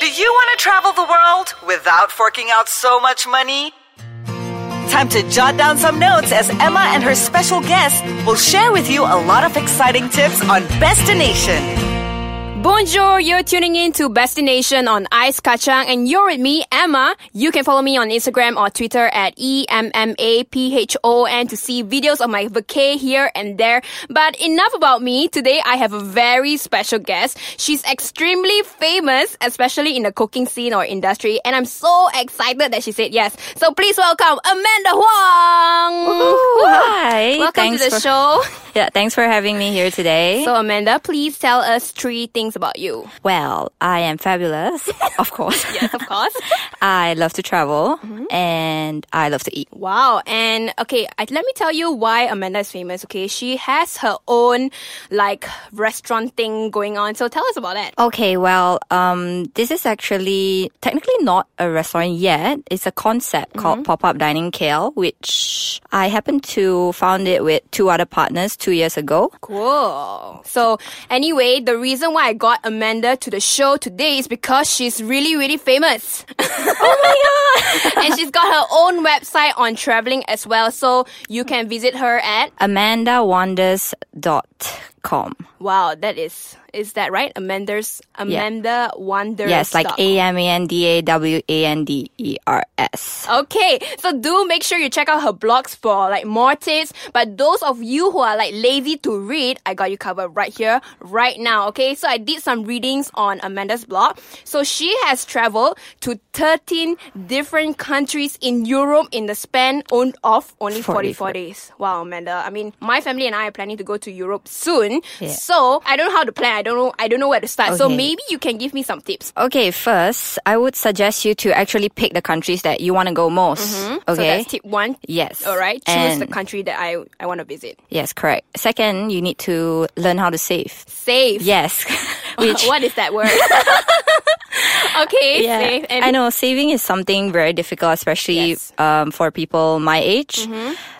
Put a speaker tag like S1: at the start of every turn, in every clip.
S1: Do you want to travel the world without forking out so much money? Time to jot down some notes as Emma and her special guest will share with you a lot of exciting tips on Destination.
S2: Bonjour, you're tuning in to Destination on Ice Kachang and you're with me, Emma. You can follow me on Instagram or Twitter at E E-M-M-A-P-H-O-N to see videos of my vacay here and there. But enough about me. Today I have a very special guest. She's extremely famous, especially in the cooking scene or industry. And I'm so excited that she said yes. So please welcome Amanda Huang.
S3: hi.
S2: Welcome
S3: Thanks
S2: to the
S3: for-
S2: show.
S3: Yeah, thanks for having me here today.
S2: So Amanda, please tell us three things about you.
S3: well, I am fabulous, of course.
S2: Yes, of course.
S3: I love to travel
S2: Mm-hmm.
S3: and I love to eat.
S2: Wow. And okay, I, let me tell you why Amanda is famous. Okay. She has her own like restaurant thing going on. So tell us about that.
S3: Okay, well, um, this is actually technically not a restaurant yet. It's a concept called
S2: Mm-hmm.
S3: Pop Up Dining KL, which I happened to found it with two other partners two years ago.
S2: Cool. So anyway, the reason why I got Amanda to the show today is because she's really, really famous. Oh my God. and she's got her own website on traveling as well. So you can visit her at,
S3: AmandaWanders.com.
S2: wow, that is, is that right? Amanda's, Amanda Wonders.
S3: Yes, like
S2: dot
S3: A M A N D A W A N D E R S.
S2: Okay, so do make sure you check out her blogs for like more tips. But those of you who are like lazy to read, I got you covered right here, right now. Okay, so I did some readings on Amanda's blog. So she has traveled to 13 different countries in Europe in the span on, of only 44
S3: 44
S2: days. Wow, Amanda. I mean, my family and I are planning to go to Europe soon.
S3: Yeah.
S2: So I don't know how to plan. I don't know. I don't know where to start. So
S3: Okay.
S2: maybe you can give me some tips.
S3: Okay, first, I would suggest you to actually pick the countries that you want to go most. Okay.
S2: Mm-hmm. So that's tip one.
S3: Yes.
S2: All right. Choose
S3: And-
S2: the country that I, I want to visit.
S3: Yes, correct. Second, you need to learn how to save.
S2: Safe.
S3: Yes. Which
S2: what is that word? okay.
S3: yeah,
S2: Safe. And
S3: I know saving is something very difficult, especially
S2: Yes. Mm-hmm.
S3: um, for people my age.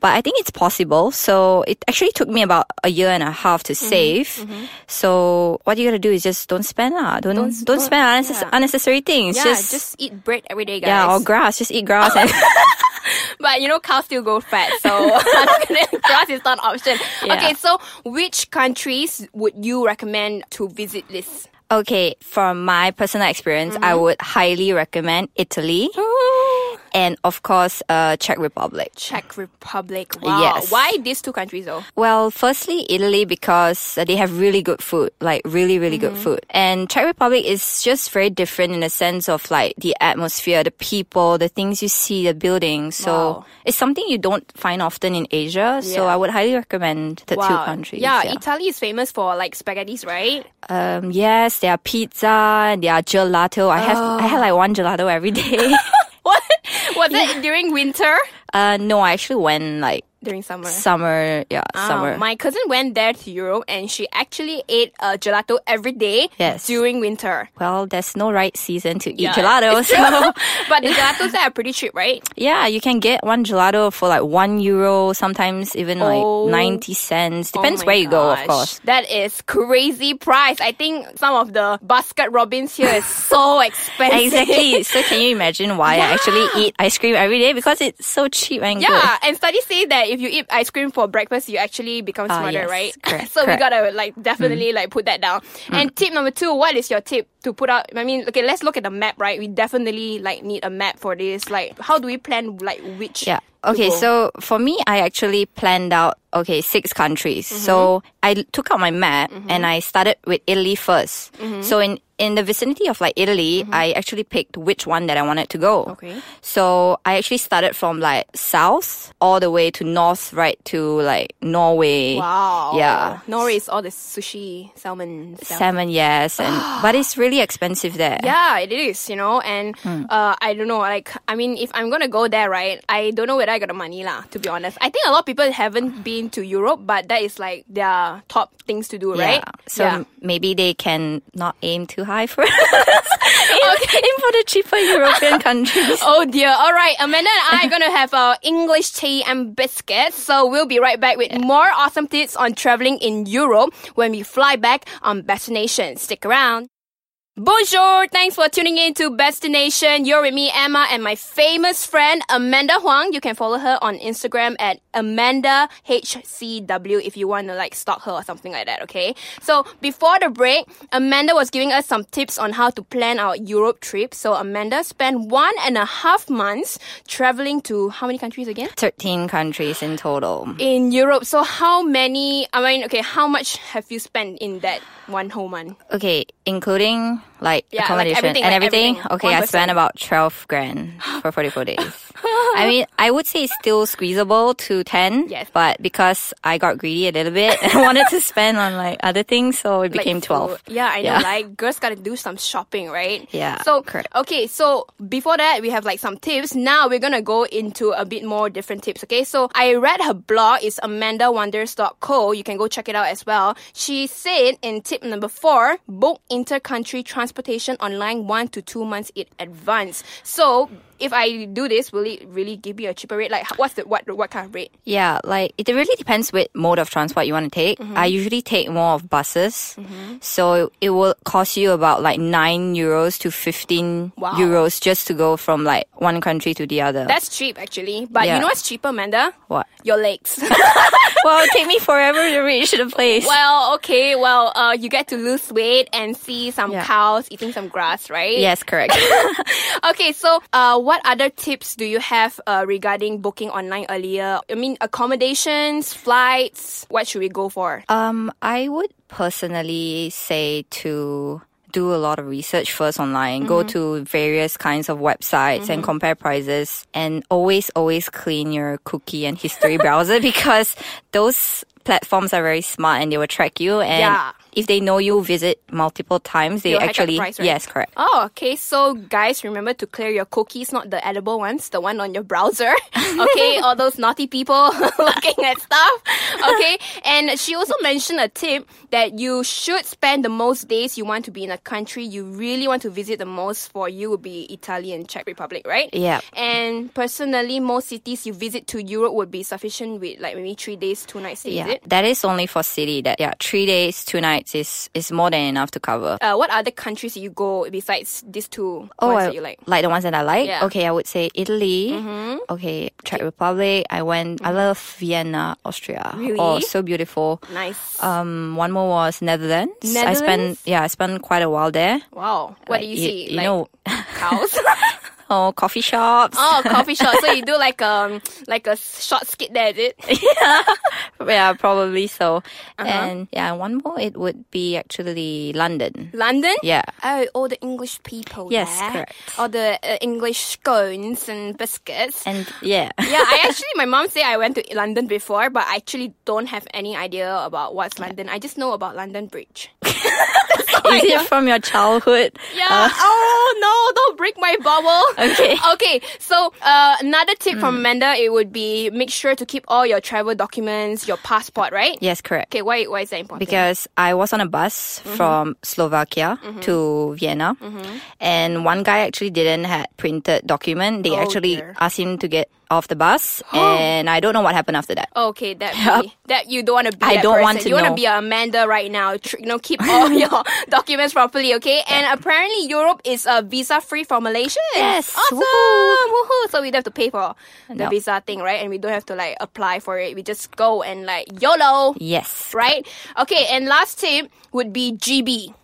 S3: But I think it's possible. So it actually took me about a year and a half to
S2: Mm-hmm.
S3: save. So what you gotta do is just don't spend lah. Don't don't,
S2: don't-
S3: spend unnecess-
S2: yeah.
S3: unnecessary things.
S2: Yeah, just,
S3: just,
S2: eat bread every day, guys.
S3: yeah, or grass. Just eat grass and
S2: but you know, cows still go fat, so grass is not an option.
S3: Yeah.
S2: Okay, so which countries would you recommend to visit this?
S3: Okay, from my personal experience, I
S2: Mm-hmm.
S3: would highly recommend Italy and, of course, uh, Czech Republic.
S2: Czech Republic. Wow.
S3: Yes.
S2: Why these two countries though?
S3: Well, firstly, Italy because uh, they have really good food, like really, really good
S2: Mm-hmm.
S3: food. And Czech Republic is just very different in the sense of like the atmosphere, the people, the things you see, the buildings. So
S2: Wow.
S3: it's something you don't find often in Asia. So
S2: Yeah.
S3: I would highly recommend the two
S2: Wow.
S3: countries.
S2: Yeah, Italy is famous for like spaghettis, right?
S3: Um, yes, their pizza, their gelato. I have,
S2: Oh.
S3: I had like one gelato every day.
S2: What was it during winter?
S3: Uh, no, I actually went like
S2: During summer.
S3: summer. Yeah,
S2: Wow.
S3: summer.
S2: Ah, Uh, My cousin went there to Europe and she actually ate uh, gelato every day
S3: Yes.
S2: during winter.
S3: well, there's no right season to eat
S2: Yeah,
S3: gelato.
S2: it's true.
S3: So
S2: but the gelatos there are pretty cheap, right?
S3: yeah, you can get one gelato for like one euro, sometimes even
S2: Oh.
S3: like 90 cents.
S2: Oh my
S3: Depends where you go, of
S2: gosh.
S3: course.
S2: That is crazy price. I think some of the basket robins here is so expensive.
S3: Exactly. so can you imagine why I actually eat ice cream every day? Because it's so cheap and good.
S2: Yeah, and studies say that if you eat ice cream for breakfast, you actually become
S3: Ah,
S2: smarter,
S3: yes.
S2: right?
S3: Correct,
S2: so
S3: correct. Mm.
S2: we gotta like definitely like put that down. And tip number two, what is your tip to put out? I mean, okay, let's look at the map, right? We definitely like need a map for this. Like, how do we plan like which?
S3: Yeah.
S2: to
S3: Okay,
S2: go?
S3: so for me, I actually planned out, okay, six countries.
S2: Mm-hmm.
S3: So I l- took out my map and I started with Italy 1st
S2: Mm-hmm.
S3: So in, in the vicinity of like Italy, I actually picked which one that I wanted to go.
S2: Okay.
S3: So I actually started from like south all the way to north, right to like Norway.
S2: Wow.
S3: Yeah.
S2: Norway is all the sushi, salmon, stuff.
S3: Salmon, yes. And, but it's really expensive there.
S2: Yeah, it is, you know, and
S3: Hmm.
S2: uh, I don't know, like, I mean, if I'm gonna go there, right, I don't know whether I got the money, lah, to be honest. I think a lot of people
S3: Ah.
S2: haven't been to Europe, but that is like their top things to do, right?
S3: Yeah. So
S2: yeah.
S3: maybe they can not aim too high for aim for the cheaper European countries.
S2: Oh dear. All right, Amanda and I are gonna have our English tea and biscuits. So we'll be right back with more awesome tips on traveling in Europe when we fly back on Destination. Stick around. Bonjour! Thanks for tuning in to Destination. You're with me, Emma, and my famous friend, Amanda Huang. You can follow her on Instagram at AmandaHCW if you want to like stalk her or something like that, okay? So before the break, Amanda was giving us some tips on how to plan our Europe trip. So Amanda spent one and a half months traveling to how many countries again?
S3: 13 countries in total.
S2: In Europe. So how many, I mean, okay, how much have you spent in that one whole month?
S3: Okay, including like
S2: Yeah, like
S3: accommodation
S2: everything,
S3: and
S2: like
S3: everything.
S2: everything.
S3: Okay, I
S2: 1%.
S3: spent about 12 grand for 44 days. I mean, I would say it's still squeezable to 10,
S2: Yes.
S3: but because I got greedy a little bit and wanted to spend on like other things, so it
S2: like
S3: became 12.
S2: food. Yeah, I know.
S3: Yeah.
S2: Like girls gotta do some shopping, right?
S3: Yeah,
S2: So
S3: correct.
S2: okay, so before that we have like some tips. Now we're gonna go into a bit more different tips. Okay, so I read her blog. It's AmandaWonders.co. You can go check it out as well. She said in tip number four, book inter-country transportation online one to two months in advance. So. If I do this, will it really give you a cheaper rate? Like, h- what's the what what kind of rate?
S3: Yeah, like it really depends which mode of transport you want to take.
S2: Mm-hmm.
S3: I usually take more of buses, so it will cost you about like nine euros to fifteen
S2: Wow.
S3: euros just to go from like one country to the other.
S2: That's cheap, actually. But you
S3: Yeah.
S2: know what's cheaper, Amanda?
S3: What?
S2: Your legs.
S3: well, it take me forever to reach the place.
S2: Well, okay, well, uh, you get to lose weight and see some
S3: Yeah.
S2: cows eating some grass, right?
S3: Yes, correct.
S2: Okay, so uh, what other tips do you have uh, regarding booking online earlier? I mean, accommodations, flights, what should we go for?
S3: um, I would personally say to do a lot of research first online. Go
S2: Mm-hmm.
S3: to various kinds of websites and compare prices, and always, always clean your cookie and history browser because those platforms are very smart and they will track you. And
S2: Yeah.
S3: if they know you visit multiple times, they
S2: They'll hike up
S3: actually
S2: price, right?
S3: yes, correct.
S2: Oh, okay. So, guys, remember to clear your cookies, not the edible ones, the one on your browser. Okay, all those naughty people looking at stuff. Okay, and she also mentioned a tip that you should spend the most days you want to be in a country you really want to visit the most for you would be Italy and Czech Republic, right?
S3: Yep.
S2: And personally, most cities you visit to Europe would be sufficient with like maybe three days, two nights. Stay, is
S3: Yeah,
S2: it?
S3: that is only for city. That yeah, three days, two nights is is more than enough to cover.
S2: Uh, what other countries you go besides these two
S3: Oh,
S2: ones
S3: I-
S2: that you like?
S3: the ones that I like.
S2: Yeah. Mm-hmm.
S3: Okay, I would say Italy. Okay, Czech Republic. I went. I love Vienna, Austria.
S2: Really?
S3: Oh, so beautiful.
S2: Nice.
S3: Um, one more was Netherlands. I spent
S2: Netherlands?
S3: yeah, I spent quite a while there.
S2: Wow. What do you,
S3: Like,
S2: see?
S3: You
S2: like
S3: know,
S2: cows?
S3: oh, coffee shops.
S2: oh, coffee shop. So you do like um like a s- short skit there, is it?
S3: Yeah, probably so.
S2: Uh-huh.
S3: And yeah, one more it would be actually London.
S2: London?
S3: Yeah.
S2: Oh, all the English people
S3: Yes,
S2: there.
S3: correct.
S2: All the uh, English scones and biscuits.
S3: And yeah.
S2: yeah, I actually, my mom said I went to London before, but I actually don't have any idea about what's London. I just know about London Bridge.
S3: Is it from your childhood?
S2: Yeah. oh no! Don't break my bubble.
S3: Uh. Okay. Mm.
S2: Okay. So uh, another tip from Amanda, it would be make sure to keep all your travel documents, your passport, right?
S3: Yes, correct.
S2: Okay. Why? Why is that important?
S3: because I was on a bus
S2: Mm-hmm.
S3: from Slovakia to Vienna, and one guy actually didn't had printed document. They
S2: Oh,
S3: actually
S2: dear.
S3: asked him to get off the bus, and I don't know what happened after that.
S2: Okay, that be, that you don't want to be.
S3: I
S2: that
S3: don't
S2: person.
S3: want to
S2: You want to
S3: know.
S2: be a Amanda right now. Tr- you know, keep all your documents properly, okay? And apparently, Europe is a uh, visa-free for Malaysians.
S3: Yes,
S2: awesome, woohoo.
S3: woohoo.
S2: So we don't have to pay for the
S3: No.
S2: visa thing, right? And we don't have to like apply for it. We just go and like YOLO,
S3: Yes.
S2: right? Okay, and last tip would be GB.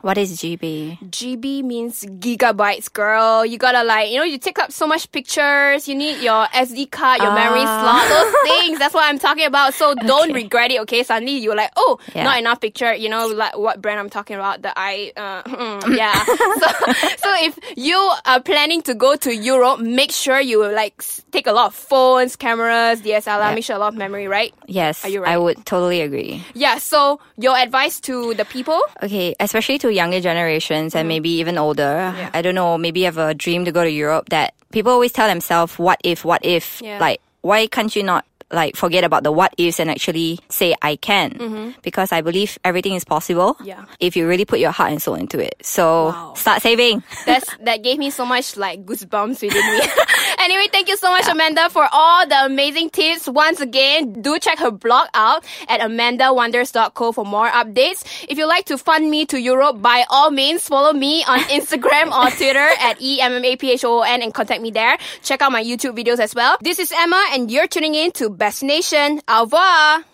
S3: What is GB?
S2: GB means gigabytes, girl. You gotta like, you know, you take up so much pictures. You need your SD card, your memory slot, those things. That's what I'm talking about. So don't regret it, Ah. okay? Suddenly you're like, oh,
S3: Yeah.
S2: not enough picture. You know, like what brand I'm talking about. The I, uh, mm, yeah. so, so if you are planning to go to Europe, make sure you like s- take a lot of phones, cameras, DSLR, make sure a lot of memory, right?
S3: Yes,
S2: Are you
S3: I
S2: right?
S3: would totally agree.
S2: Yeah. So your advice to the people?
S3: Okay, especially to younger generations
S2: Mm-hmm.
S3: and maybe even older. I don't know, maybe you have a dream to go to Europe that people always tell themselves, what if, what if?
S2: Yeah.
S3: Like, why can't you not? Like forget about the what ifs and actually say I can because I believe everything is possible.
S2: Mm-hmm. Yeah.
S3: if you really put your heart and soul into it. So
S2: Wow.
S3: start saving.
S2: That's that gave me so much like goosebumps within me. and Anyway, thank you so much, Amanda, for all the amazing tips. Once again, do check her blog out at amandawonders.co for more updates. If you'd like to fund me to Europe, by all means, follow me on Instagram or Twitter at E EMMAPHOON and contact me there. Check out my YouTube videos as well. This is Emma, and you're tuning in to Best Nation. Au revoir!